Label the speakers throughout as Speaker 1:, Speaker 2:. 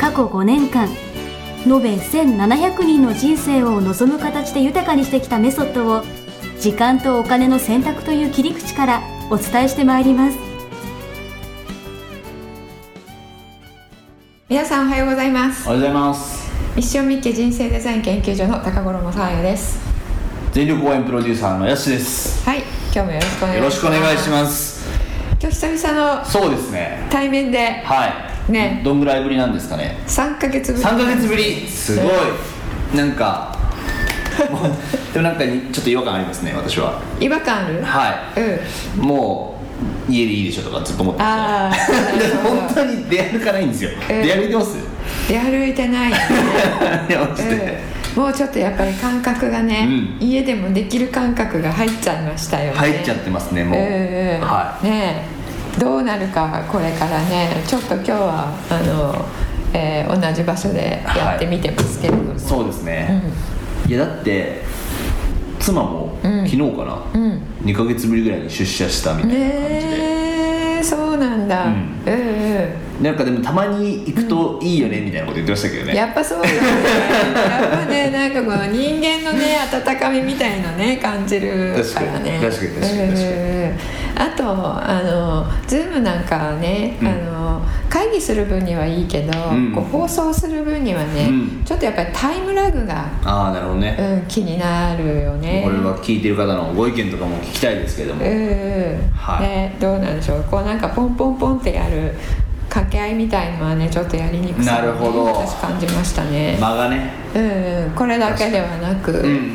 Speaker 1: 過去5年間延べ1700人の人生を望む形で豊かにしてきたメソッドを時間とお金の選択という切り口からお伝えしてまいります
Speaker 2: 皆さんおはようございます
Speaker 3: おはようございます
Speaker 2: 一生みっけ人生デザイン研究所の高頃もさあやです
Speaker 3: 全力応援プロデューサーのやしです
Speaker 2: はい今日もよろしくお願いします
Speaker 3: よろしくお願いします
Speaker 2: 今日久々の
Speaker 3: そうですね
Speaker 2: 対面で
Speaker 3: はい
Speaker 2: ね
Speaker 3: どんぐらいぶりなんですかね
Speaker 2: 3ヶ月ぶり
Speaker 3: 3ヶ月ぶりすごいなんかもうでもなんかにちょっと違和感ありますね私は
Speaker 2: 違和感ある
Speaker 3: は
Speaker 2: うん
Speaker 3: いもう家でいいでしょとかずっと思ってま
Speaker 2: ああ
Speaker 3: したね でも本当に出歩かないんですよ、
Speaker 2: え
Speaker 3: 出歩いてますい
Speaker 2: 出歩いてない、ね
Speaker 3: やマジ で、
Speaker 2: うん、もうちょっとやっぱり感覚がね、
Speaker 3: う
Speaker 2: 家でもできる感覚が入っちゃいましたよね
Speaker 3: 入っちゃってますねもう、
Speaker 2: ええ
Speaker 3: は
Speaker 2: ねえどうなるかこれからねちょっと今日はあの、えー同じ場所でやってみてますけれども、
Speaker 3: いそうですね、いやだって妻も
Speaker 2: うん
Speaker 3: 昨日かな、
Speaker 2: うんうん
Speaker 3: 2ヶ月ぶりぐらいに出社したみたいな感じで、
Speaker 2: ねえそうなんだ、う
Speaker 3: うんん、
Speaker 2: うん
Speaker 3: なんかでもたまに行くといいよねみたいなこと言ってましたけどね、
Speaker 2: やっぱそうだねやっぱねなんかこの人間のね温かみみたいのね感じるからね
Speaker 3: 確かに確かに確かに確か
Speaker 2: う
Speaker 3: に
Speaker 2: んあとあの Zoom なんかはね、
Speaker 3: うん
Speaker 2: あの会議する分にはいいけど、
Speaker 3: うん
Speaker 2: こう放送する分にはね、
Speaker 3: うん
Speaker 2: ちょっとやっぱりタイムラグが、
Speaker 3: ああなるほどね、
Speaker 2: うん、気になるよね
Speaker 3: これは聞いてる方のご意見とかも聞きたいですけど
Speaker 2: う
Speaker 3: も、
Speaker 2: んうん、
Speaker 3: はい
Speaker 2: ね、どうなんでしょうこうなんかポンポンポンってやる掛け合いみたいのはねちょっとやりにくさをね
Speaker 3: なるほど
Speaker 2: 私感じましたね、
Speaker 3: 間がね
Speaker 2: うんうん、これだけではなく、
Speaker 3: かにうんうんうん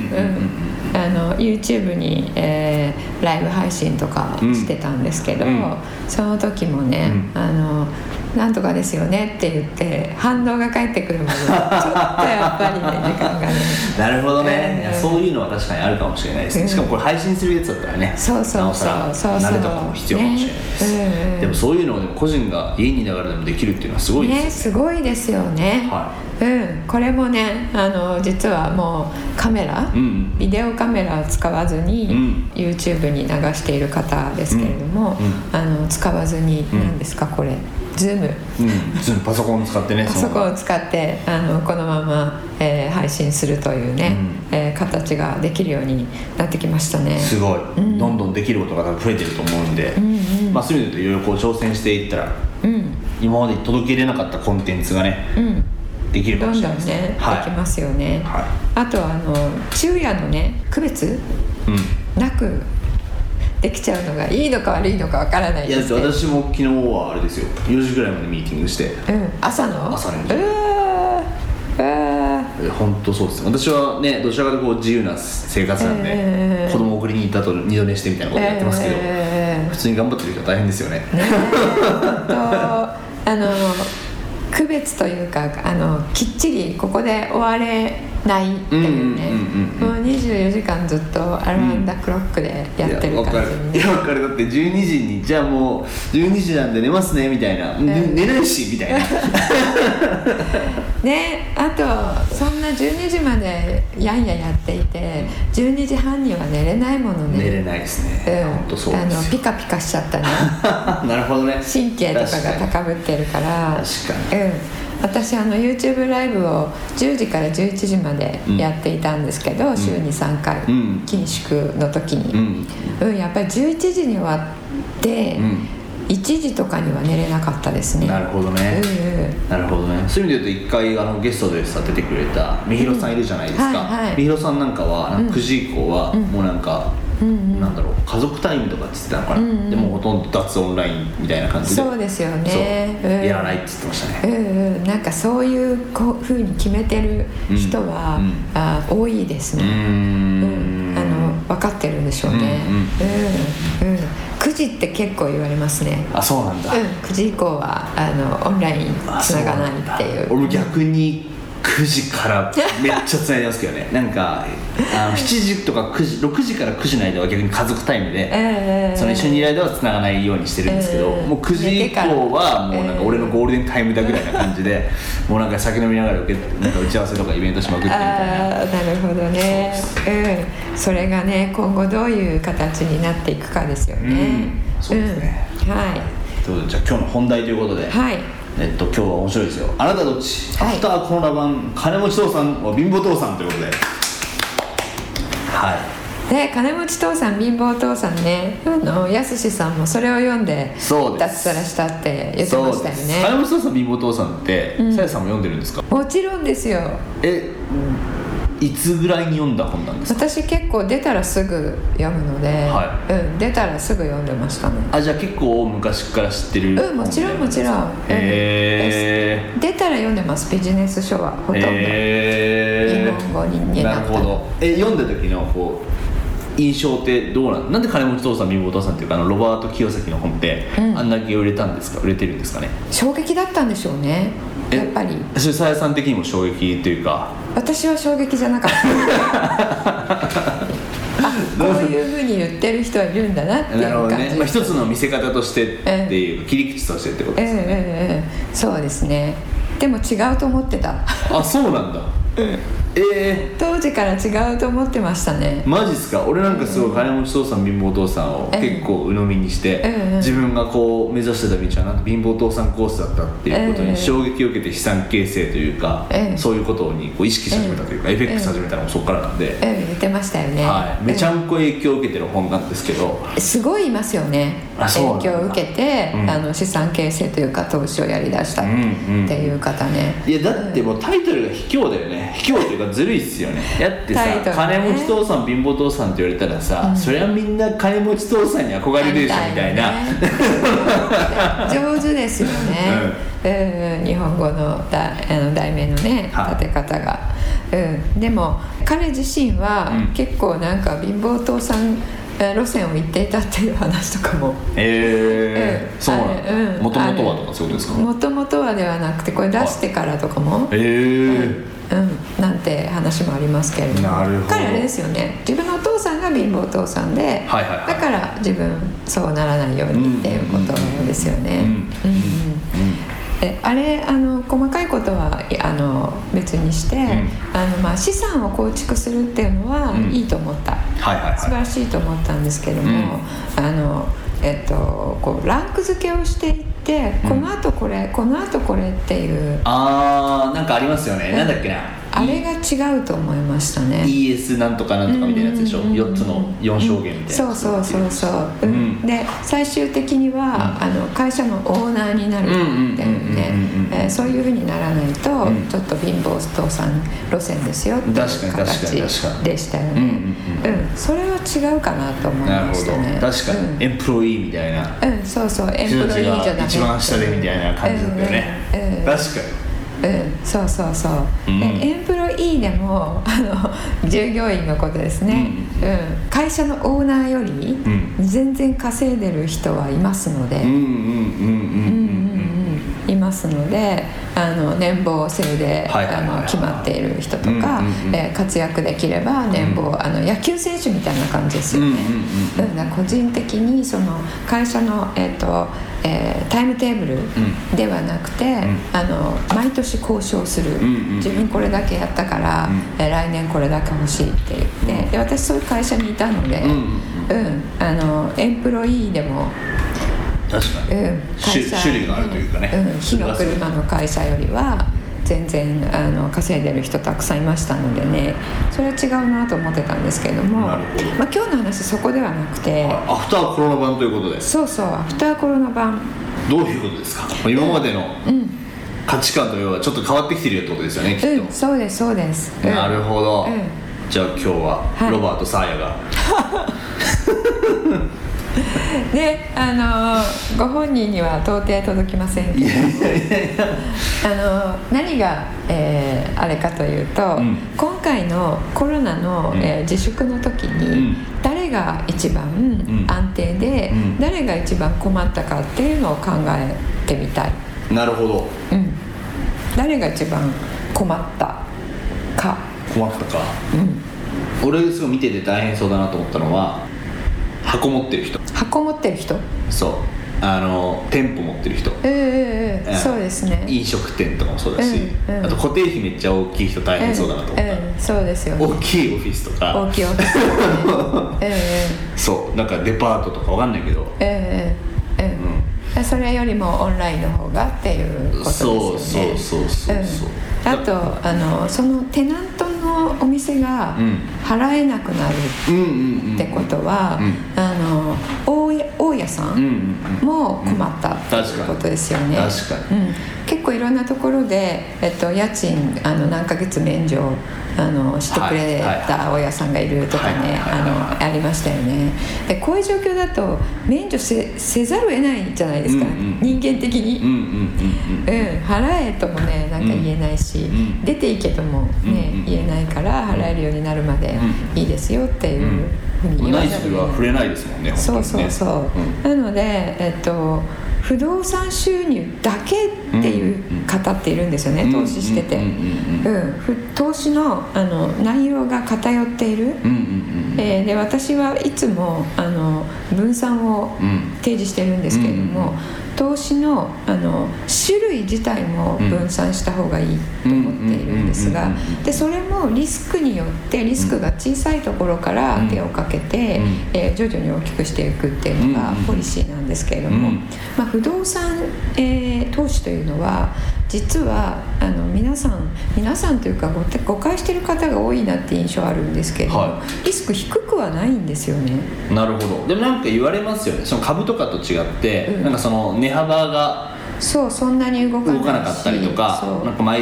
Speaker 2: うんあの YouTube に、えーライブ配信とかしてたんですけど、
Speaker 3: うん
Speaker 2: その時もね、
Speaker 3: う
Speaker 2: あの「なんとかですよね」って言って反応が返ってくるまでちょっとやっぱりね時間がね。
Speaker 3: なるほどね、
Speaker 2: うん
Speaker 3: いやそういうのは確かにあるかもしれないですね、
Speaker 2: うん
Speaker 3: しかもこれ配信するやつだったらね
Speaker 2: そう
Speaker 3: な
Speaker 2: そう
Speaker 3: お
Speaker 2: そ
Speaker 3: さら
Speaker 2: うそうそう
Speaker 3: 慣れとかも必要かもしれないです、
Speaker 2: ねうんうん
Speaker 3: でもそういうのをでも個人が家にいながらでもできるっていうのはすごいです
Speaker 2: ねすごいですよね、
Speaker 3: は
Speaker 2: うんこれもねあの実はもうカメラ、
Speaker 3: うん
Speaker 2: ビデオカメラを使わずに、
Speaker 3: うん
Speaker 2: YouTube に流している方ですけれども、
Speaker 3: うんうん
Speaker 2: あの使わずに、
Speaker 3: ん
Speaker 2: 何ですかこれ Zoom
Speaker 3: うん、普通パソコン使ってね
Speaker 2: パソコンを使ってあのこのまま、えー配信するというね、えー形ができるようになってきましたね
Speaker 3: すごい、
Speaker 2: ん
Speaker 3: どんどんできることが多分増えてると思うんで、
Speaker 2: うんうん
Speaker 3: まあ、そういうのといろいろこう挑戦していったら
Speaker 2: うん
Speaker 3: 今まで届けれなかったコンテンツがね
Speaker 2: うん
Speaker 3: できるか
Speaker 2: ど
Speaker 3: も
Speaker 2: ん
Speaker 3: し
Speaker 2: ど
Speaker 3: れ
Speaker 2: ん
Speaker 3: ない
Speaker 2: ね
Speaker 3: で、
Speaker 2: で
Speaker 3: すはい、
Speaker 2: きますよね、
Speaker 3: は
Speaker 2: あとはあの昼夜のね区別
Speaker 3: い、うん
Speaker 2: なくできちゃうのがいいのか悪いのかわからない
Speaker 3: いや
Speaker 2: で
Speaker 3: だっ
Speaker 2: す
Speaker 3: て
Speaker 2: けど、
Speaker 3: 私も昨日はあれですよ4時ぐらいまでミーティングして
Speaker 2: うん、朝の
Speaker 3: 朝の
Speaker 2: うわーうわ
Speaker 3: 本当そうです私はねどちらかというとこう自由な生活なんで、
Speaker 2: ええ
Speaker 3: 子供送りに行った後二度寝してみたいなことやってますけど、
Speaker 2: え
Speaker 3: 普通に頑張ってる人は大変ですよね
Speaker 2: ーねえあとあの区別というかあのきっちりここで終われないっていうね
Speaker 3: うんうんうんう
Speaker 2: も
Speaker 3: ん
Speaker 2: う24時間ずっとアラウンダークロックでやって
Speaker 3: い
Speaker 2: る
Speaker 3: わか
Speaker 2: 感
Speaker 3: る
Speaker 2: じに
Speaker 3: いやわかるだって12時にじゃあもう12時なんで寝ますねみたいな、ね寝ないしみたいな
Speaker 2: ねあとそんな12時までやんややっていて12時半には寝れないものね
Speaker 3: 寝れないですね、
Speaker 2: うん、
Speaker 3: 本当そうで
Speaker 2: あの
Speaker 3: す
Speaker 2: ピ
Speaker 3: よ
Speaker 2: カピカしちゃったね
Speaker 3: なるほどね
Speaker 2: 神経とか
Speaker 3: 確に
Speaker 2: が高ぶってるから
Speaker 3: 確
Speaker 2: うん、私あの YouTube ライブを10時から11時までやっていたんですけど、週に3回、
Speaker 3: うん
Speaker 2: 緊縮の時
Speaker 3: う
Speaker 2: に、
Speaker 3: ん
Speaker 2: うんやっぱり11時に終わって、
Speaker 3: うん
Speaker 2: 1時とかには寝れなかったですね
Speaker 3: なるほどね、
Speaker 2: うんうん
Speaker 3: なるほどねそういう意味で言うと一回あのゲストでさ出てくれたみひろさんいるじゃないです
Speaker 2: うん
Speaker 3: か、
Speaker 2: はいはい
Speaker 3: みひろさんなんかはなんか9時以降はもうなんか、
Speaker 2: うんうん
Speaker 3: なんだろう家族タイムとかっつってたのかな、
Speaker 2: うんうん
Speaker 3: でもうほとんど脱オンラインみたいな感じで
Speaker 2: そうですよね
Speaker 3: そう
Speaker 2: うん
Speaker 3: やらないって言ってました
Speaker 2: う
Speaker 3: ね、
Speaker 2: んうん、なんかそういうこうふうに決めてる人は、
Speaker 3: うんうん
Speaker 2: あ多いです
Speaker 3: うー
Speaker 2: ね、
Speaker 3: ん
Speaker 2: うんあの分かってるんでしょうね、うんうん9時って結構言われますね
Speaker 3: あそうなんだ、
Speaker 2: うん、9時以降はあのオンライン
Speaker 3: あ
Speaker 2: つながないってい
Speaker 3: そうなんだ俺逆に9時からめっちゃつないでますけどねなんかあの7時とか9時6時から9時の間は逆に家族タイムで、
Speaker 2: ええ
Speaker 3: その一緒にいる間はつながないようにしてるんですけど、
Speaker 2: ええ
Speaker 3: もう9時
Speaker 2: 寝て
Speaker 3: 以降は
Speaker 2: から
Speaker 3: もうなんか俺のゴールデンタイムだぐらいな感じで、もうなんか酒飲みながら受けなんか打ち合わせとかイベントしまくってみたいな
Speaker 2: あーなるほどねうんそれがね今後どういう形になっていくかですよね、
Speaker 3: うんそうですね
Speaker 2: うんはい
Speaker 3: ということでじゃあ今日の本題ということで、
Speaker 2: はい
Speaker 3: えっと今日は面白いですよあなたどっち、
Speaker 2: はい
Speaker 3: アフターコロナ版金持ち父さんは貧乏父さんということではい
Speaker 2: で金持ち父さん貧乏父さんねあのやすしさんもそれを読んで
Speaker 3: そうです
Speaker 2: 脱サラしたって言ってましたよ
Speaker 3: そうです金
Speaker 2: ね
Speaker 3: 持ち父さん貧乏父さんってさや、さんも読んでるんですか
Speaker 2: もちろんですよ
Speaker 3: えいつぐらいに読んだ本なんですか
Speaker 2: 私結構出たらすぐ読むので、
Speaker 3: は
Speaker 2: うん、出たらすぐ読んでましたね
Speaker 3: あじゃあ結構昔から知ってる
Speaker 2: うんもちろんもちろん
Speaker 3: 本なんですかへ
Speaker 2: 出たら読んでますビジネス書はほとんど、
Speaker 3: え
Speaker 2: 日本語にね
Speaker 3: なるほどえ読んだ時のこう印象ってどうなんなんで金持ち父さん貧乏父さんっていうかあのロバート清崎の本って、
Speaker 2: うん
Speaker 3: あんだけ売れたんですか売れてるんですかね
Speaker 2: 衝撃だったんでしょうね
Speaker 3: え
Speaker 2: やっぱり
Speaker 3: それさやさん的にも衝撃というか
Speaker 2: 私は衝撃じゃな かったあこういうふうに言ってる人はいるんだなっていう
Speaker 3: なるほ
Speaker 2: 感
Speaker 3: ど
Speaker 2: じ、
Speaker 3: ね、まあ、一つの見せ方としてっていう、切り口としてってこと
Speaker 2: ええ
Speaker 3: ですよね、
Speaker 2: ええええそうですねでも違うと思ってた
Speaker 3: あそうなんだ、え
Speaker 2: 当時から違うと思ってましたね
Speaker 3: ー、マジっすか俺なんかすごい金持ち父さん貧乏父さんを
Speaker 2: ええ
Speaker 3: 結構鵜呑みにし
Speaker 2: え
Speaker 3: て、
Speaker 2: え
Speaker 3: 自分がこう目指してた道はなんか貧乏父さんコースだったっていうこと
Speaker 2: ええ
Speaker 3: に衝撃を受けて資産形成というか、
Speaker 2: ええ
Speaker 3: そういうことにこう意識し始めたというか、
Speaker 2: ええ
Speaker 3: エフェクス始めたのもそこからなんで、
Speaker 2: ええ言ってましたよね、
Speaker 3: はい、めちゃ
Speaker 2: うん
Speaker 3: こ影響を受けてる本なんですけど、
Speaker 2: すごいいますよね
Speaker 3: あそうなんだ
Speaker 2: 影響を受けて、
Speaker 3: うん
Speaker 2: あの資産形成というか投資をやりだしたっ
Speaker 3: う
Speaker 2: て
Speaker 3: んうん
Speaker 2: いう方ね、
Speaker 3: いやだってもうタイトルが卑怯だよね卑怯というかずるいっすよねだってさ、
Speaker 2: タイトルね
Speaker 3: 金持ち父さん貧乏父さんって言われたらさ、そりゃみんな金持ち父さんに憧れるでしょみたい な、
Speaker 2: 反対のね上手ですよね、うん日本語のだあの題名のね
Speaker 3: はい
Speaker 2: 立て方が、うん、でも彼自身は
Speaker 3: うん
Speaker 2: 結構なんか貧乏党さんえー路線を行っていたっていう話とかも
Speaker 3: ええ
Speaker 2: うん
Speaker 3: そうな
Speaker 2: あれう
Speaker 3: んだ
Speaker 2: ん
Speaker 3: もともとはとかそういうことですか
Speaker 2: もともとはではなくてこれ出してからとかも、
Speaker 3: え
Speaker 2: う
Speaker 3: え
Speaker 2: ん、なんて話もありますけれども
Speaker 3: なるほど
Speaker 2: 彼あれですよね自分のお父さんが貧乏お父さんで、
Speaker 3: はいはいはい
Speaker 2: だから自分そうならないようにっていうことですよね。
Speaker 3: うん
Speaker 2: うんであれあの細かいことはいあの別にして、あのまあ、資産を構築するっていうのは
Speaker 3: うん
Speaker 2: いいと思った、
Speaker 3: はいはいはい
Speaker 2: 素晴らしいと思ったんですけども、あのえっと、こうランク付けをしていってこのあとこれ、このあとこれっていう
Speaker 3: あーなんかありますよね、なんだっけな
Speaker 2: あれが違うと思いましたね。
Speaker 3: ES なんとかなんとかみたいなやつでし
Speaker 2: う
Speaker 3: ょ、
Speaker 2: んうんうんうん
Speaker 3: 4つの4証言みたいな
Speaker 2: そうそうそうそう、うん
Speaker 3: うん
Speaker 2: で最終的には、あの会社のオーナーになるっていうね
Speaker 3: うんうんうんうんうんうん
Speaker 2: えーそういうふうにならないと、
Speaker 3: うん
Speaker 2: ちょっと貧乏父さん路線ですよっていう
Speaker 3: 確かに確かに確か
Speaker 2: 形
Speaker 3: に
Speaker 2: でしたよ
Speaker 3: うん
Speaker 2: ね、うんそれは違うかなと思い
Speaker 3: なる
Speaker 2: ま
Speaker 3: ほ
Speaker 2: し
Speaker 3: ど
Speaker 2: たね
Speaker 3: 確かに、エンプロイーみたいな
Speaker 2: うん、うん、そうそうエンプ
Speaker 3: 人
Speaker 2: ロ
Speaker 3: たち
Speaker 2: イーじゃな
Speaker 3: が
Speaker 2: くて
Speaker 3: 一番下でみたいな感じだっ
Speaker 2: うん
Speaker 3: たよ
Speaker 2: うんう
Speaker 3: ね
Speaker 2: ん
Speaker 3: 確か
Speaker 2: うん、そうそうそう、
Speaker 3: うん
Speaker 2: でエンプロイーでもあ の従業員のことですね、うん会社のオーナーより
Speaker 3: ん
Speaker 2: 全然稼いでる人はいますので、
Speaker 3: にうんうんうんうんうんうん
Speaker 2: いますのであの年俸制で
Speaker 3: はいはいはいは
Speaker 2: あ
Speaker 3: い
Speaker 2: の決まっている人とか、
Speaker 3: うんうんうん
Speaker 2: えー活躍できれば年俸、あの野球選手みたいな感じですよね、
Speaker 3: うん
Speaker 2: だから個人的にその会社の、えーとえータイムテーブルではなくて、あの毎年交渉する、
Speaker 3: んうん
Speaker 2: 自分これだけやったから、えー来年これだけ欲しいって言って、で私そういう会社にいたので、
Speaker 3: う
Speaker 2: う
Speaker 3: ん
Speaker 2: んあのエンプロイーでも
Speaker 3: 確かに、
Speaker 2: うん、
Speaker 3: 種
Speaker 2: 会社
Speaker 3: 種類があるというかね、
Speaker 2: うん、火の
Speaker 3: それ
Speaker 2: 車の会社よりは全然あの稼いでる人たくさんいましたのでねそれは違うなと思ってたんですけれども
Speaker 3: なるほど
Speaker 2: まあ、今日の話そこではなくて、
Speaker 3: がアフターコロナ版ということです
Speaker 2: そうそうアフターコロナ版
Speaker 3: どういうことですか今までの価値観というのはちょっと変わってきてるよってことですよねきっと、
Speaker 2: うんそうですそうです、うん
Speaker 3: なるほ
Speaker 2: う
Speaker 3: ど、
Speaker 2: ん
Speaker 3: じゃあ今日は
Speaker 2: はい
Speaker 3: ロバート・サーヤが、
Speaker 2: であのご本人には到底届きませんけどあの何が、えーあれかというと、
Speaker 3: うん
Speaker 2: 今回回のコロナの、
Speaker 3: うん
Speaker 2: えー自粛の時
Speaker 3: う
Speaker 2: に、
Speaker 3: ん
Speaker 2: 誰が一番
Speaker 3: ん
Speaker 2: 安定で、
Speaker 3: うん
Speaker 2: 誰が一番困ったかっていうのを考えてみたい、
Speaker 3: なるほど
Speaker 2: うん、誰が一番困ったか、
Speaker 3: 困ったか
Speaker 2: うん、
Speaker 3: 俺すごい見てて大変そうだなと思ったのは箱持ってる人
Speaker 2: 箱持ってる人
Speaker 3: そうあの店舗持ってる人
Speaker 2: うんうんうん、
Speaker 3: うん
Speaker 2: そうですね
Speaker 3: 飲食店とかもそうだし、
Speaker 2: うんうん
Speaker 3: あと固定費めっちゃ大きい人大変そうだなと思った、
Speaker 2: うんうん、そうですよね
Speaker 3: 大きいオフィスとか
Speaker 2: 大きいオ フィス、ね、
Speaker 3: そうなんかデパートとかわかんないけど、
Speaker 2: うんうんうんうんうんそれよりもオンラインの方がっていうことですよね
Speaker 3: そうそうそうそうそう
Speaker 2: うん、あとあのそのテナントのお店が
Speaker 3: うん
Speaker 2: 払えなくなる
Speaker 3: うんうんうん
Speaker 2: ってことは、
Speaker 3: う
Speaker 2: あの大家大家さ
Speaker 3: うんうん
Speaker 2: ん
Speaker 3: うん
Speaker 2: も困ったっていうことですよね、
Speaker 3: 確かに確
Speaker 2: うん、結構いろんなところで、えっと、家賃あの何ヶ月免除あのしてくれた大家さんがいるとか
Speaker 3: はいはい
Speaker 2: ね
Speaker 3: はいはいはい
Speaker 2: あのありましたよねでこういう状況だと免除せせざるを得ないじゃないですか、
Speaker 3: うんうん
Speaker 2: 人間的に、
Speaker 3: うんうんうん
Speaker 2: うん、払えともねなんか言えないし、
Speaker 3: ん
Speaker 2: 出ていけともね、
Speaker 3: うんうん
Speaker 2: 言えないから払えるようになるまでいいですよっていううんふうに
Speaker 3: うん
Speaker 2: 言わ
Speaker 3: ない
Speaker 2: ざる
Speaker 3: 人
Speaker 2: を
Speaker 3: は触
Speaker 2: 得
Speaker 3: れ
Speaker 2: ない
Speaker 3: ないですもんね本当
Speaker 2: そう
Speaker 3: に
Speaker 2: そう
Speaker 3: ね
Speaker 2: そう、なので、えっと、不動産収入だけっていう方っているんですよね、
Speaker 3: うん
Speaker 2: 投資してて、
Speaker 3: う
Speaker 2: うんん
Speaker 3: うんうん
Speaker 2: ふ投資のあの内容が偏っている、
Speaker 3: うんうんうん
Speaker 2: えーで私はいつもあの分散を
Speaker 3: うん
Speaker 2: 提示してるんですけれども、
Speaker 3: うん
Speaker 2: 投資のあの種類自体も分散した方がいいと思っているんです
Speaker 3: う
Speaker 2: が
Speaker 3: んうんうんうん
Speaker 2: でそれもリスクによってリスクが小さいところから手をかけて、
Speaker 3: うん
Speaker 2: えー徐々に大きくしていくっていうのが
Speaker 3: うんうん
Speaker 2: ポリシーなんですけれども、
Speaker 3: うん
Speaker 2: まあ、不動産、えー投資というのは実はあの皆さん皆さんというかご誤解してる方が多いなって印象あるんですけれども、
Speaker 3: は
Speaker 2: リスク低くはないんですよね。
Speaker 3: なるほどでもなんか言われますよねその株とかと違って、
Speaker 2: うん
Speaker 3: なんかその値幅が
Speaker 2: そうそんなに動かない
Speaker 3: 動かなかったりと
Speaker 2: しそ
Speaker 3: か
Speaker 2: う
Speaker 3: なんか毎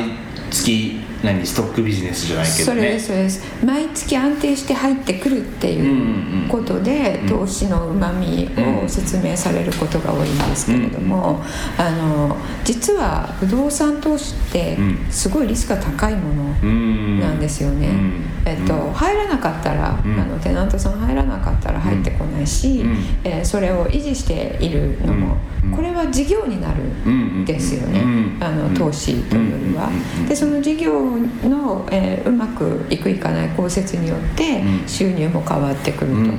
Speaker 3: 月何ストックビジネスじゃないけど
Speaker 2: それで
Speaker 3: ね
Speaker 2: すそれです毎月安定して入ってくるって
Speaker 3: うんうん
Speaker 2: いううんことで、
Speaker 3: うん
Speaker 2: 投資のうまみを説明されることが多いんですけれども、あの実は不動産投資って
Speaker 3: うん
Speaker 2: すごいリスクが高いもの
Speaker 3: うん
Speaker 2: なんですよね、
Speaker 3: うん
Speaker 2: えっと入らなかったら、
Speaker 3: うん
Speaker 2: あのテナントさん入らなかったら入ってこないし、
Speaker 3: うん
Speaker 2: えーそれを維持しているのも、
Speaker 3: うん
Speaker 2: これは事業になるんですよね、
Speaker 3: うん
Speaker 2: あ
Speaker 3: うん
Speaker 2: の投資というよりは。
Speaker 3: うん
Speaker 2: でその事業の、えーうまくいくいかない公設によって
Speaker 3: うん
Speaker 2: 収入も変わってくる
Speaker 3: うん
Speaker 2: と。
Speaker 3: うん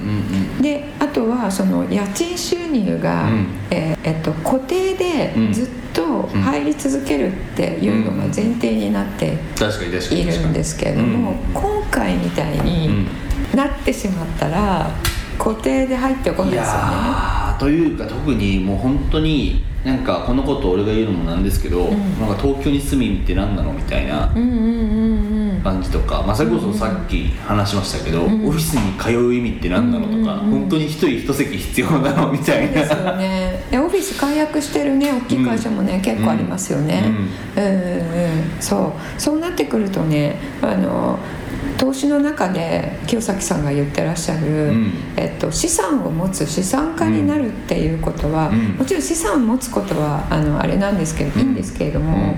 Speaker 3: うん
Speaker 2: であとはその家賃収入が、
Speaker 3: うん
Speaker 2: えーえっと、固定で
Speaker 3: うん
Speaker 2: ずっと入り続けるっていうのが前提になって
Speaker 3: 確かに確かに
Speaker 2: い
Speaker 3: 確
Speaker 2: る
Speaker 3: か
Speaker 2: ん
Speaker 3: に
Speaker 2: ですけれども、
Speaker 3: うん
Speaker 2: 今回みたいになってしまったら固定で入ってこない
Speaker 3: い
Speaker 2: ですよね。
Speaker 3: やーというか特にもう本当になんかこのこと俺が言うのもなんですけど、
Speaker 2: ん
Speaker 3: なんか東京に住みって何なのみたいな
Speaker 2: うんうんうんうん
Speaker 3: 感じとか、まあ、それこそさっき話しましたけど、
Speaker 2: ん
Speaker 3: オフィスに通う意味って何なのと
Speaker 2: う
Speaker 3: か、
Speaker 2: んうんうん
Speaker 3: 本当に一人一席必要なのみ た
Speaker 2: そう
Speaker 3: い
Speaker 2: です
Speaker 3: な。
Speaker 2: よね。でオフィス解約してるね大きい会社もね、結構ありますよね。うんうんうんそうそうなってくるとねあの投資の中で清崎さんが言ってらっしゃる、
Speaker 3: うん
Speaker 2: えっと、資産を持つ資産家になるっていうことは、
Speaker 3: うん
Speaker 2: もちろん資産を持つことはあのあれなんですけど、
Speaker 3: うん
Speaker 2: いいんですけれども、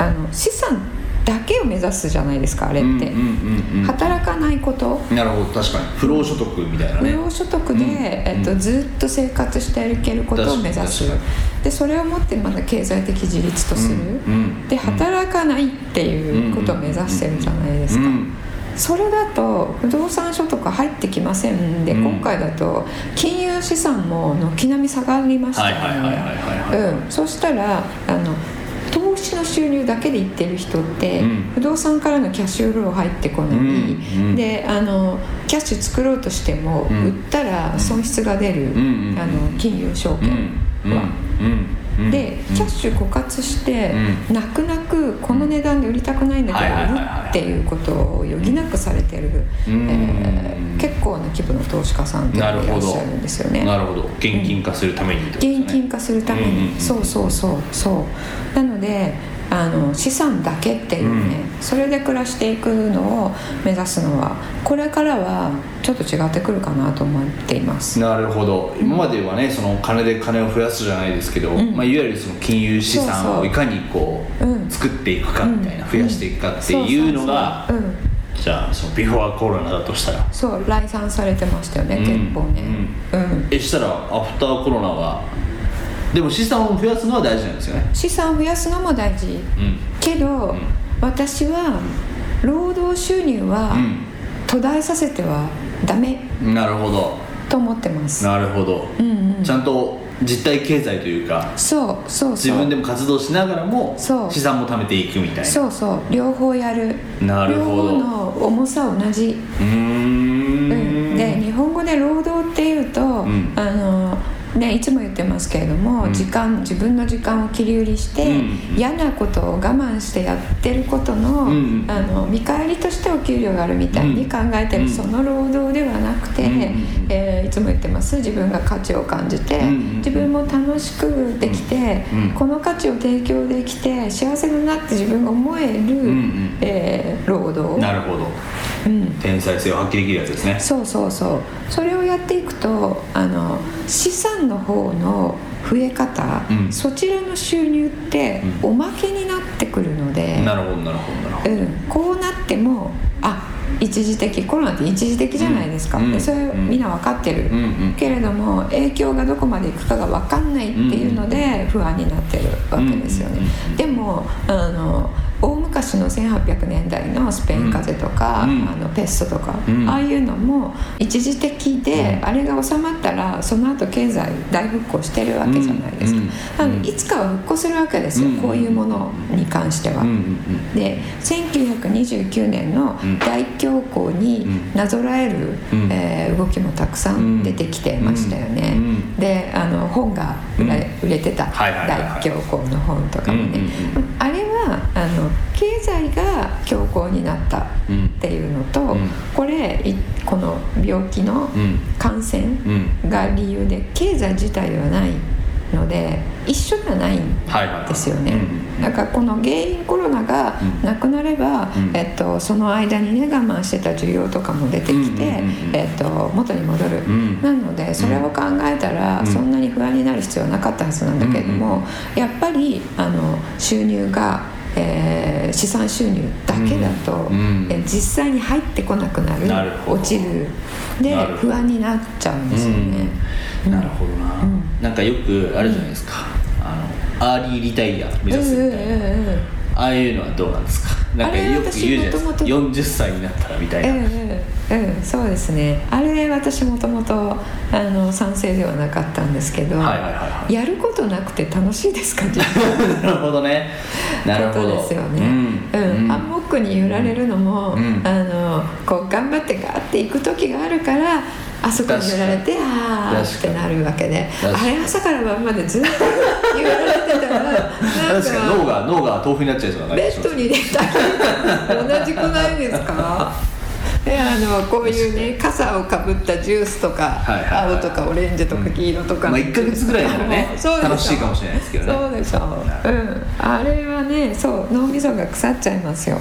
Speaker 2: あの資産だけを目指すじゃないですかあれって、
Speaker 3: うんうんうんうん
Speaker 2: 働かないこと。
Speaker 3: なるほど確かに不労所得みたいな
Speaker 2: 不
Speaker 3: ね
Speaker 2: 労所得で、
Speaker 3: うん
Speaker 2: えっと、ずっと生活していけることを目指す
Speaker 3: 確かに確か
Speaker 2: でそれをもってまだ経済的自立とする、
Speaker 3: うんうん
Speaker 2: で働かないっていうことを目指してるじゃないですか、
Speaker 3: うん
Speaker 2: それだと不動産所得入ってきませんで、
Speaker 3: うん
Speaker 2: 今回だと金融資産も軒並み下がりましたよ
Speaker 3: はいはいはいはいはい
Speaker 2: ねうんそしたらあの投資の収入だけでいってる人って、
Speaker 3: うん
Speaker 2: 不動産からのキャッシュフロー入ってこない、
Speaker 3: うんうん
Speaker 2: であのキャッシュ作ろうとしても、
Speaker 3: うん
Speaker 2: 売ったら損失が出る、
Speaker 3: んうん
Speaker 2: あの金融証
Speaker 3: うん
Speaker 2: 券
Speaker 3: うん
Speaker 2: は。
Speaker 3: うんうん
Speaker 2: でキャッシュ枯渇して、
Speaker 3: う
Speaker 2: 泣く泣くこの値段で売りたくないんだけど
Speaker 3: はいはい
Speaker 2: 売
Speaker 3: は
Speaker 2: る
Speaker 3: いはい
Speaker 2: っていうことを余儀なくされてる、
Speaker 3: うん
Speaker 2: えー結構な規模の投資家さんっていうのがいらっしゃるんですよね。
Speaker 3: なるほど現金化するためにってことですね
Speaker 2: 現金化するため
Speaker 3: うん
Speaker 2: に、
Speaker 3: うんうん
Speaker 2: そうそうそうそうなのであの資産だけっていうね、それで暮らしていくのを目指すのはこれからはちょっと違ってくるかなと思っています
Speaker 3: なるほど今まではねその金で金を増やすじゃないですけど、
Speaker 2: ん
Speaker 3: まあ、いわゆるその金融資
Speaker 2: そう
Speaker 3: 産
Speaker 2: そ
Speaker 3: を
Speaker 2: う
Speaker 3: いかにこう
Speaker 2: うん
Speaker 3: 作っていくかみたいな、増やしていくかっていうのが
Speaker 2: そうそうそううん
Speaker 3: じゃあそのビフォーコロナだとしたら
Speaker 2: そう来産されてましたよね、
Speaker 3: うん
Speaker 2: 結構ねうん
Speaker 3: えしたらアフターコロナはでも資産を増やすのは大事なんですよね
Speaker 2: 資産を増やすのも大事
Speaker 3: うん
Speaker 2: けど、
Speaker 3: ん
Speaker 2: 私は労働収入は途絶えさせてはダメ
Speaker 3: うんなるほど
Speaker 2: と思ってます
Speaker 3: なるほど、
Speaker 2: うんうん
Speaker 3: ちゃんと実体経済というか
Speaker 2: そうそう
Speaker 3: 自
Speaker 2: そう
Speaker 3: 分でも活動しながらも
Speaker 2: そう
Speaker 3: 資産も貯めていくみたいなう
Speaker 2: そうそう両方やる
Speaker 3: なるほど
Speaker 2: 両方の重さ同じ、
Speaker 3: ー
Speaker 2: うんん、で日本語で労働っていうと、
Speaker 3: ん
Speaker 2: あのね、いつも言ってますけれども、
Speaker 3: うん
Speaker 2: 時間自分の時間を切り売りして、
Speaker 3: うん
Speaker 2: 嫌なことを我慢してやってることの,、
Speaker 3: うん
Speaker 2: あの見返りとしてお給料があるみたいに考えてる、
Speaker 3: うん
Speaker 2: その労働ではなくて、
Speaker 3: うん
Speaker 2: えーいつも言ってます自分が価値を感じて、
Speaker 3: うん
Speaker 2: 自分も楽しくできて、
Speaker 3: うん
Speaker 2: この価値を提供できて幸せだなって自分が思える、
Speaker 3: ん
Speaker 2: えー労働
Speaker 3: なるほど
Speaker 2: うん、
Speaker 3: 天才性を発揮できるやつですね
Speaker 2: そうそうそうそれをやっていくとあの資産の方の増え方、
Speaker 3: うん
Speaker 2: そちらの収入って
Speaker 3: う
Speaker 2: おまけになってくるので、
Speaker 3: なるほどなるほどなるほど
Speaker 2: うんこうなってもあ一時的コロナって一時的じゃないですか、
Speaker 3: うん
Speaker 2: でそれ
Speaker 3: うん
Speaker 2: みんな分かってる、
Speaker 3: うんうん
Speaker 2: けれども影響がどこまでいくかが分かんないっていうので不安になってるわけですよね、
Speaker 3: うん
Speaker 2: でもあの大昔の1800年代のスペイン風邪とか、
Speaker 3: うん
Speaker 2: あのペストとか、
Speaker 3: うん
Speaker 2: ああいうのも一時的で、
Speaker 3: うん
Speaker 2: あれが収まったらその後経済大復興してるわけじゃないですか、
Speaker 3: うん
Speaker 2: なのでいつかは復興するわけですよ、
Speaker 3: うん
Speaker 2: こういうものに関しては。
Speaker 3: うんうん
Speaker 2: で1929年の
Speaker 3: うん
Speaker 2: 大恐慌になぞらえる、
Speaker 3: うん
Speaker 2: えー動きもたくさん出てきてましたよね、
Speaker 3: うんうん
Speaker 2: であの本が売ら売れてた
Speaker 3: はいはいはいはい
Speaker 2: 大恐慌の本とかもね、
Speaker 3: うんう
Speaker 2: あれはあの経済が恐慌になったっていうのと、
Speaker 3: うん
Speaker 2: これいこの病気の
Speaker 3: うん
Speaker 2: 感染
Speaker 3: うん
Speaker 2: が理由で経済自体ではないので一緒ではないん
Speaker 3: はいはいはい
Speaker 2: ですよね、
Speaker 3: うんうん
Speaker 2: だからこの原因コロナが
Speaker 3: うん
Speaker 2: なくなれば、
Speaker 3: うん
Speaker 2: えっと、その間にね我慢してた需要とかも出てきて、
Speaker 3: うんうんうんうん
Speaker 2: えっと、元に戻る、
Speaker 3: ん
Speaker 2: なのでそれを考えたら、
Speaker 3: うん
Speaker 2: そんなに不安になる必要はなかったはずなんだけれども、
Speaker 3: うんうん
Speaker 2: やっぱりあの収入が、えー資産収入だけだと、
Speaker 3: うん
Speaker 2: えー実際に入ってこなくなる
Speaker 3: なるほど
Speaker 2: 落ちるで
Speaker 3: なるほど
Speaker 2: 不安になっちゃうんですよね。
Speaker 3: うんなるほどな、なんかよくあるじゃないですか、あのアーリーリタイア目指すみたいな、
Speaker 2: うんうんうんうん
Speaker 3: ああいうのはどうなんですかなんかよく言うじゃないですか
Speaker 2: あれ私
Speaker 3: 40歳になったらみたいな、
Speaker 2: うんうんうん、そうですねあれ私もともとあの賛成ではなかったんですけど、
Speaker 3: はいはいはいはい
Speaker 2: やることなくて楽しいですか自分
Speaker 3: なるほどね。なるほど。
Speaker 2: ことですよね、うん
Speaker 3: うん
Speaker 2: ハンモックに揺られるのも、
Speaker 3: うん
Speaker 2: あのこう頑張ってガーって行く時があるからあそこに揺られてああっ
Speaker 3: 確か
Speaker 2: て
Speaker 3: に
Speaker 2: なるわけで
Speaker 3: 確
Speaker 2: あ
Speaker 3: かに
Speaker 2: れ朝から晩までずっと 揺られてたらなん
Speaker 3: 確かに脳
Speaker 2: か
Speaker 3: が脳が豆腐になっちゃいそうな
Speaker 2: ベ
Speaker 3: 感じ
Speaker 2: ッドに寝たり同じくないです かであのこういうね傘をかぶったジュースとか、
Speaker 3: はいはいはい
Speaker 2: 青とかオレンジとか黄色とか、
Speaker 3: まあ一ヶ月ぐらいならね
Speaker 2: もう そうでょ
Speaker 3: 楽しいかもしれないですけどね
Speaker 2: そうでしょう、うん、あれはねそう脳みそが腐っちゃいます よ、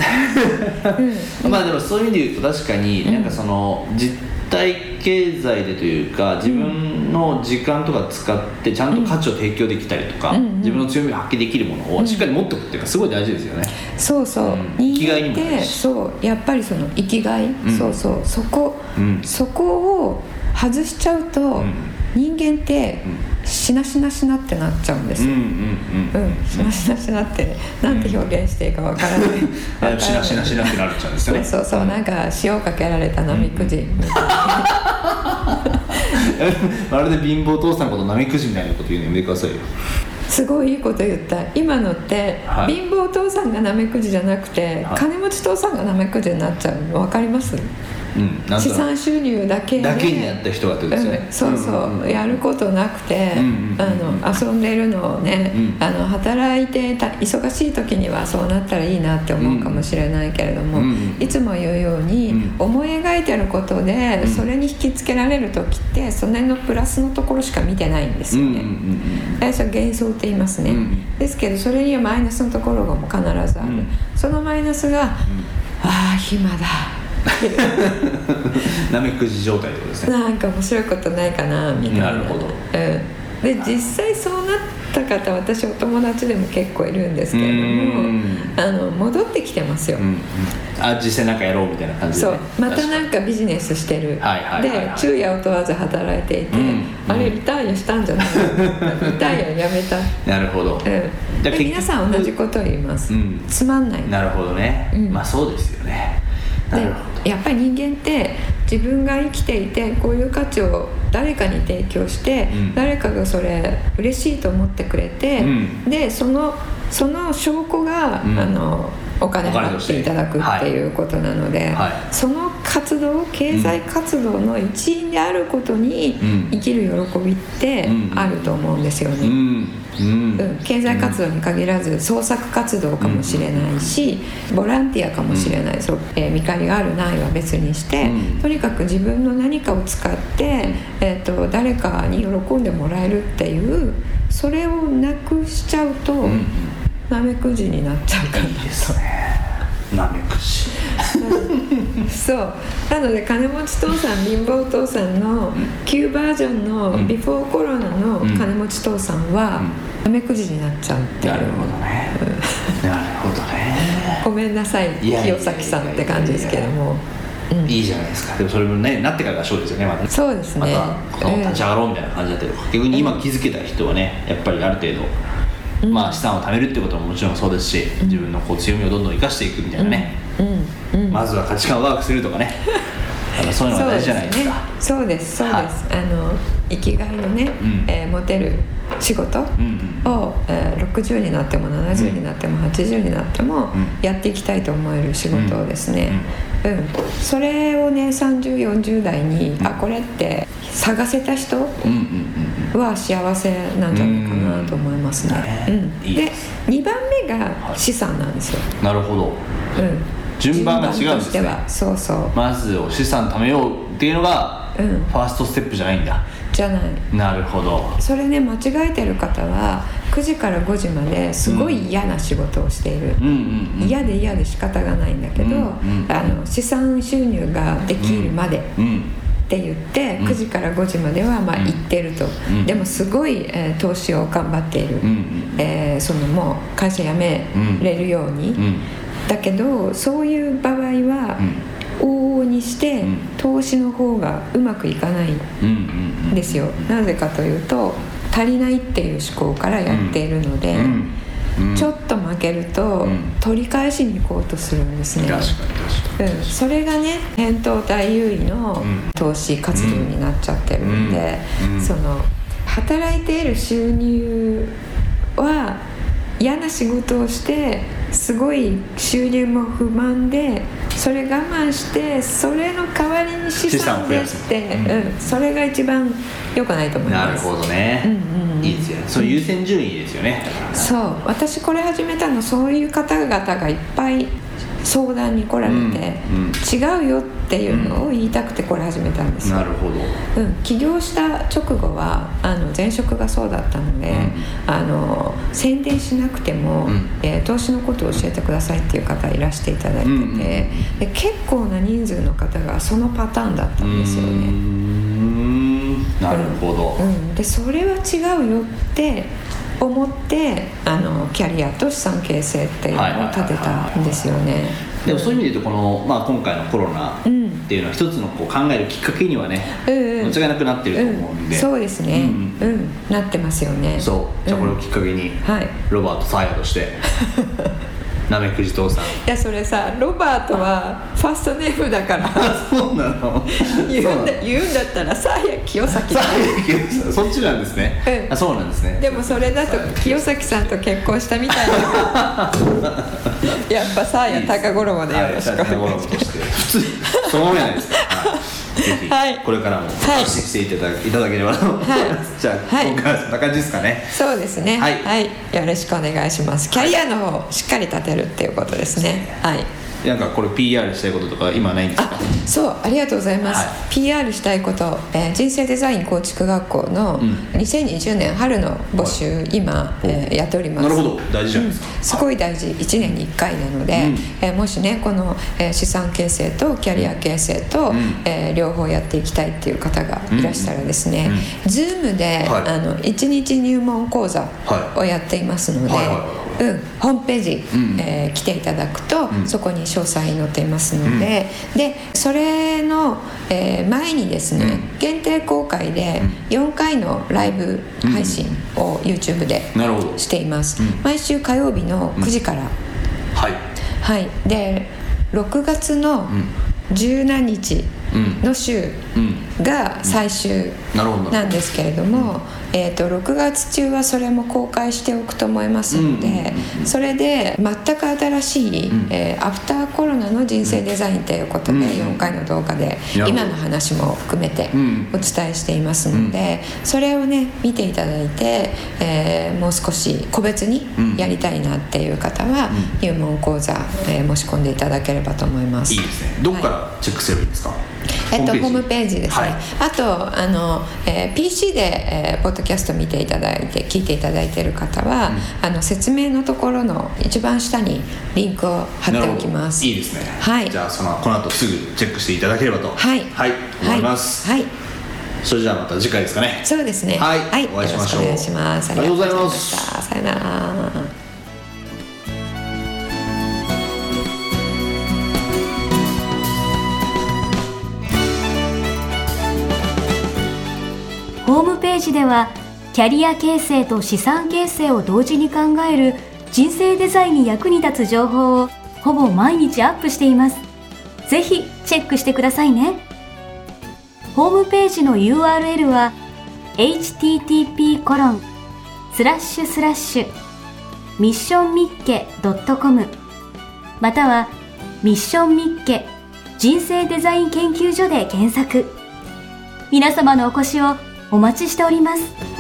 Speaker 3: まあでもそういう意味で言うと確かに、なんかその実体経済でというか自分の時間とか使ってちゃんと価値を提供できたりとか、
Speaker 2: うんうん
Speaker 3: 自分の強みを発揮できるものをしっかり持っておくっていうのはすごい大事ですよね。
Speaker 2: そうそう、
Speaker 3: うん
Speaker 2: 人間
Speaker 3: 生きがいに
Speaker 2: っ
Speaker 3: もな
Speaker 2: て
Speaker 3: るし
Speaker 2: そうやっぱりその生きがい、
Speaker 3: ん
Speaker 2: そうそうそこ、
Speaker 3: うん
Speaker 2: そこを外しちゃうと、
Speaker 3: ん
Speaker 2: 人間ってしなしなしなってなっちゃうんです
Speaker 3: うん
Speaker 2: よ、
Speaker 3: うんう。
Speaker 2: うんん、しなしなしなってなんて表現していいかわからない
Speaker 3: あしなしなしなってなっちゃうんです
Speaker 2: そ
Speaker 3: よ
Speaker 2: う
Speaker 3: ね。
Speaker 2: そうそうなんか塩かけられたなみくじみたいな
Speaker 3: まるで貧乏父さんのことなめくじみたいなこと言うのやめてくださいよ。
Speaker 2: すごいいいこと言った今のって、
Speaker 3: はい
Speaker 2: 貧乏父さんがなめくじじゃなくて、
Speaker 3: はい
Speaker 2: 金持ち父さんがなめくじになっちゃうの分かります
Speaker 3: うん。なんとなく
Speaker 2: 資産収入だけで
Speaker 3: だけにやった人がってことですよね。
Speaker 2: うん、そうそう、
Speaker 3: んんん
Speaker 2: やることなくて、
Speaker 3: うんうんうんうん
Speaker 2: あの遊んでるのをね、
Speaker 3: うん
Speaker 2: あの働いてた忙しい時にはそうなったらいいなって思うかもしれないけれども、
Speaker 3: うんうん
Speaker 2: いつも言うように、
Speaker 3: うん
Speaker 2: 思い描いてることで、
Speaker 3: うん
Speaker 2: それに引きつけられる時ってその辺のプラスのところしか見てないんですよね。
Speaker 3: うんうんうんうん
Speaker 2: えそれ幻想って言いますね、
Speaker 3: うん
Speaker 2: ですけどそれにはマイナスのところがもう必ずある、
Speaker 3: うん
Speaker 2: そのマイナスが、ああ暇だ
Speaker 3: なめくじ状態ってことですね
Speaker 2: なんか面白いことないかなみたいな
Speaker 3: なるほど
Speaker 2: うん、で実際そうなった方私お友達でも結構いるんですけれど
Speaker 3: う
Speaker 2: も
Speaker 3: ん
Speaker 2: あの戻ってきてますよ、
Speaker 3: うんあ実際なんかやろうみたいな感じで
Speaker 2: そ
Speaker 3: ね、
Speaker 2: うまたなん
Speaker 3: 確
Speaker 2: かビジネスしてる、
Speaker 3: はいはいはいはい
Speaker 2: で昼夜を問わず働いていて、
Speaker 3: うん
Speaker 2: あれリタイアしたんじゃないリタイアやめた、うん、
Speaker 3: になるほど、
Speaker 2: で
Speaker 3: じゃあ結局
Speaker 2: 皆さん同じことを言います、
Speaker 3: うん
Speaker 2: つまんない
Speaker 3: なるほどね、
Speaker 2: うん
Speaker 3: まあそうですよねなるほ
Speaker 2: でやっぱり人間って自分が生きていてこういう価値を誰かに提供して、
Speaker 3: うん
Speaker 2: 誰かがそれ嬉しいと思ってくれて、
Speaker 3: うん
Speaker 2: でそのその証拠が、
Speaker 3: うん
Speaker 2: あのお金
Speaker 3: お金
Speaker 2: 払
Speaker 3: と
Speaker 2: っ
Speaker 3: して
Speaker 2: ていただくっていうことなので、
Speaker 3: はい
Speaker 2: その活動経済活動の一員であることに
Speaker 3: うん
Speaker 2: 生きる喜びって
Speaker 3: うん
Speaker 2: あると思うんですよね。
Speaker 3: どうんう
Speaker 2: う
Speaker 3: ん、
Speaker 2: ん経済活動に限らず創作活動かもしれないし、ボランティアかもしれない、そうえー見返りがあるないは別にして、
Speaker 3: うん
Speaker 2: とにかく自分の何かを使って、えー、と誰かに喜んでもらえるっていうそれをなくしちゃうと、
Speaker 3: うん
Speaker 2: なめくじになっちゃうかな
Speaker 3: ですねなめくじ
Speaker 2: そうなので金持ち父さん貧乏父さんの旧バージョン
Speaker 3: うん
Speaker 2: のビフォーコロナの金持ち父さんは、なめくじになっちゃうっていう
Speaker 3: なるほどねなるほどね
Speaker 2: ごめんなさい
Speaker 3: いやいやいや
Speaker 2: 清崎さんって感じですけども、うん
Speaker 3: いいじゃないですかでもそれもねなってからが勝負ですよねまた
Speaker 2: そうです
Speaker 3: ま
Speaker 2: ね、
Speaker 3: たこの立ち上がろうみたいな感じだったりとか逆に今気づけた人はねやっぱりある程度、まあ資産を貯めるってことももちろんそうですし自分のこう強みをどんどん生かしていくみたいなね、
Speaker 2: うんうん、
Speaker 3: まずは価値観をワークするとか ねやっぱそういうのが大事じゃないですか
Speaker 2: そうですねそうですそうです、あの生きがいのね、
Speaker 3: ん
Speaker 2: えー持てる仕事を、
Speaker 3: うんうん
Speaker 2: えー60になっても70になっても80になっても
Speaker 3: ん
Speaker 2: やっていきたいと思える仕事をですね、うんそれをね3040代に、あこれって探せた人
Speaker 3: うんうんうん
Speaker 2: は幸せなんじゃないかなと思いますね。
Speaker 3: う
Speaker 2: うんん
Speaker 3: いい
Speaker 2: で
Speaker 3: です
Speaker 2: 2番目が資産なんですよ。
Speaker 3: うんなるほど
Speaker 2: うん、
Speaker 3: 順番が違うんですね
Speaker 2: 順番としてはそうそう
Speaker 3: まずを資産貯めようっていうのが、
Speaker 2: うん
Speaker 3: ファーストステップじゃないんだ
Speaker 2: じゃない。
Speaker 3: なるほど
Speaker 2: それね間違えてる方は9時から5時まですごい嫌な仕事をしている。
Speaker 3: うんうんうん
Speaker 2: 嫌で嫌で仕方がないんだけど、
Speaker 3: うんうん
Speaker 2: あの資産収入ができるまで、
Speaker 3: うん
Speaker 2: って言って
Speaker 3: ん
Speaker 2: 9時から5時まではまあ
Speaker 3: うん
Speaker 2: 行ってると、
Speaker 3: うん
Speaker 2: でもすごい、えー投資を頑張っている、
Speaker 3: うんうん
Speaker 2: えーそのもう会社辞めれるように、
Speaker 3: うん
Speaker 2: だけどそういう場合は、往々にして、
Speaker 3: うん
Speaker 2: 投資の方がうまくいかない
Speaker 3: うんうん
Speaker 2: んですよ、なぜかというと足りないっていう思考からやっているので、
Speaker 3: うんうん
Speaker 2: ちょっと負けると、
Speaker 3: うん
Speaker 2: 取り返しに行こうとするんですね。
Speaker 3: 確かに確か
Speaker 2: う
Speaker 3: に、
Speaker 2: ん、それがね返答大優位の
Speaker 3: うん
Speaker 2: 投資活動になっちゃってるんで、
Speaker 3: うんうん
Speaker 2: その働いている収入は嫌な仕事をしてすごい収入も不満でそれ我慢してそれの代わりに資産でって
Speaker 3: 資産を増やす
Speaker 2: うんそれが一番良くないと思い
Speaker 3: な
Speaker 2: ま
Speaker 3: る
Speaker 2: す。
Speaker 3: ほどね、
Speaker 2: うんうんうん
Speaker 3: いいですよねその優先順位ですよね
Speaker 2: そう私これ始めたのそういう方々がいっぱい相談に来られて、
Speaker 3: うん
Speaker 2: 違うよっていうのを言いたくてこれ始めたんですよ、
Speaker 3: なるほど
Speaker 2: うん、起業した直後はあの前職がそうだったので、あの宣伝しなくても、
Speaker 3: うん
Speaker 2: えー投資のことを教えてくださいっていう方いらしていただいてて、
Speaker 3: うんうん
Speaker 2: で結構な人数の方がそのパターンだったんですよ
Speaker 3: うー
Speaker 2: ね。
Speaker 3: んなるほど、
Speaker 2: うん、でそれは違うよって思ってあのキャリアと資産形成っていうのを立てたんですよね。
Speaker 3: でもそういう意味で言うとこの、まあ、今回のコロナって
Speaker 2: うん
Speaker 3: いうのは一つのこう考えるきっかけにはね、
Speaker 2: うんうん
Speaker 3: 間違いなくなってると思うん
Speaker 2: う
Speaker 3: で、
Speaker 2: ん、そうですね、う
Speaker 3: う
Speaker 2: んんなってますよね
Speaker 3: そうじゃあこれをきっかけに、
Speaker 2: はい
Speaker 3: ロバート・サーヤ としてなめくじ父さん
Speaker 2: いやそれさロバートはファーストネームだから
Speaker 3: そうなの
Speaker 2: 言うんだ
Speaker 3: よ
Speaker 2: 言うんだったらさや清崎
Speaker 3: サーヤそっちなんですね、
Speaker 2: うん
Speaker 3: あそうなんですね
Speaker 2: でもそれだと清崎さんと結婚したみたい なやっぱさや 高五郎でよろしくお願いし
Speaker 3: は
Speaker 2: ま
Speaker 3: い
Speaker 2: す
Speaker 3: 高。 として普通そう思うじゃないですか、はい、ぜひ、
Speaker 2: はい
Speaker 3: これからも
Speaker 2: はい
Speaker 3: 出してきていただ,、い、ただければと思います、じゃあ、
Speaker 2: はい
Speaker 3: 今回はそんな感じですかね
Speaker 2: そうですね。
Speaker 3: はい
Speaker 2: よろしくお願いします。キャリアの方をしっかり立てるっていうことですね。はい。
Speaker 3: なんかこれ PR したいこととか今ないんですか
Speaker 2: あそうありがとうございます、
Speaker 3: はい
Speaker 2: PR したいこと、えー人生デザイン構築学校の
Speaker 3: うん
Speaker 2: 2020年春の募集、今、えーやっております
Speaker 3: なるほど大事じゃないですか、
Speaker 2: すごい大事1年に1回なので、えーもしねこの、えー資産形成とキャリア形成と、
Speaker 3: うん
Speaker 2: えー両方やっていきたいっていう方がいらしたらですね、Zoom で、
Speaker 3: はい
Speaker 2: あの1日入門講座
Speaker 3: はい
Speaker 2: をやっていますので、
Speaker 3: はいはい
Speaker 2: うん、ホームページ、
Speaker 3: うん
Speaker 2: えー来ていただくと、
Speaker 3: ん
Speaker 2: そこに詳細載っていますので、でそれの、えー前にですね、
Speaker 3: うん
Speaker 2: 限定公開で4回のライブ配信を YouTube で
Speaker 3: なるほど
Speaker 2: しています、
Speaker 3: うん
Speaker 2: 毎週火曜日の9時から、
Speaker 3: はい
Speaker 2: はいで6月の十何日の週
Speaker 3: うん
Speaker 2: が最終
Speaker 3: なるほど
Speaker 2: なんですけれども、えー、と6月中はそれも公開しておくと思いますので、
Speaker 3: うんうん
Speaker 2: それで全く新しい、
Speaker 3: ん
Speaker 2: えーアフターコロナの人生デザインということで、
Speaker 3: うん
Speaker 2: 4回の動画で
Speaker 3: なるほど
Speaker 2: 今の話も含めて
Speaker 3: うん
Speaker 2: お伝えしていますので、それをね見ていただいて、えーもう少し個別に
Speaker 3: うん
Speaker 2: やりたいなっていう方は、入門講座、えー申し込んでいただければと思います。
Speaker 3: いいですねどこからチェックすればいいですか、
Speaker 2: えっと、ホームページですね、
Speaker 3: はい
Speaker 2: あとあの、えー PC で、えーポッドキャスト見ていただいて聞いていただいている方は、あの説明のところの一番下にリンクを貼っておきます
Speaker 3: なるほどいいですね
Speaker 2: はい
Speaker 3: じゃあそのこの後すぐチェックしていただければと
Speaker 2: はい
Speaker 3: 思います、
Speaker 2: はい、
Speaker 3: それじゃあまた次回ですかね
Speaker 2: そうですね
Speaker 3: はいお会いしましょう
Speaker 2: よろしくお願いします
Speaker 3: ありがとうございます
Speaker 2: ありがとうございましたさよなら
Speaker 1: ホームページではキャリア形成と資産形成を同時に考える人生デザインに役に立つ情報をほぼ毎日アップしています。ぜひチェックしてくださいね。ホームページの URL は http コロンスラッシュスラッシュミッションミッケ .com またはミッションミッケ人生デザイン研究所で検索。皆様のお越しをお待ちしております。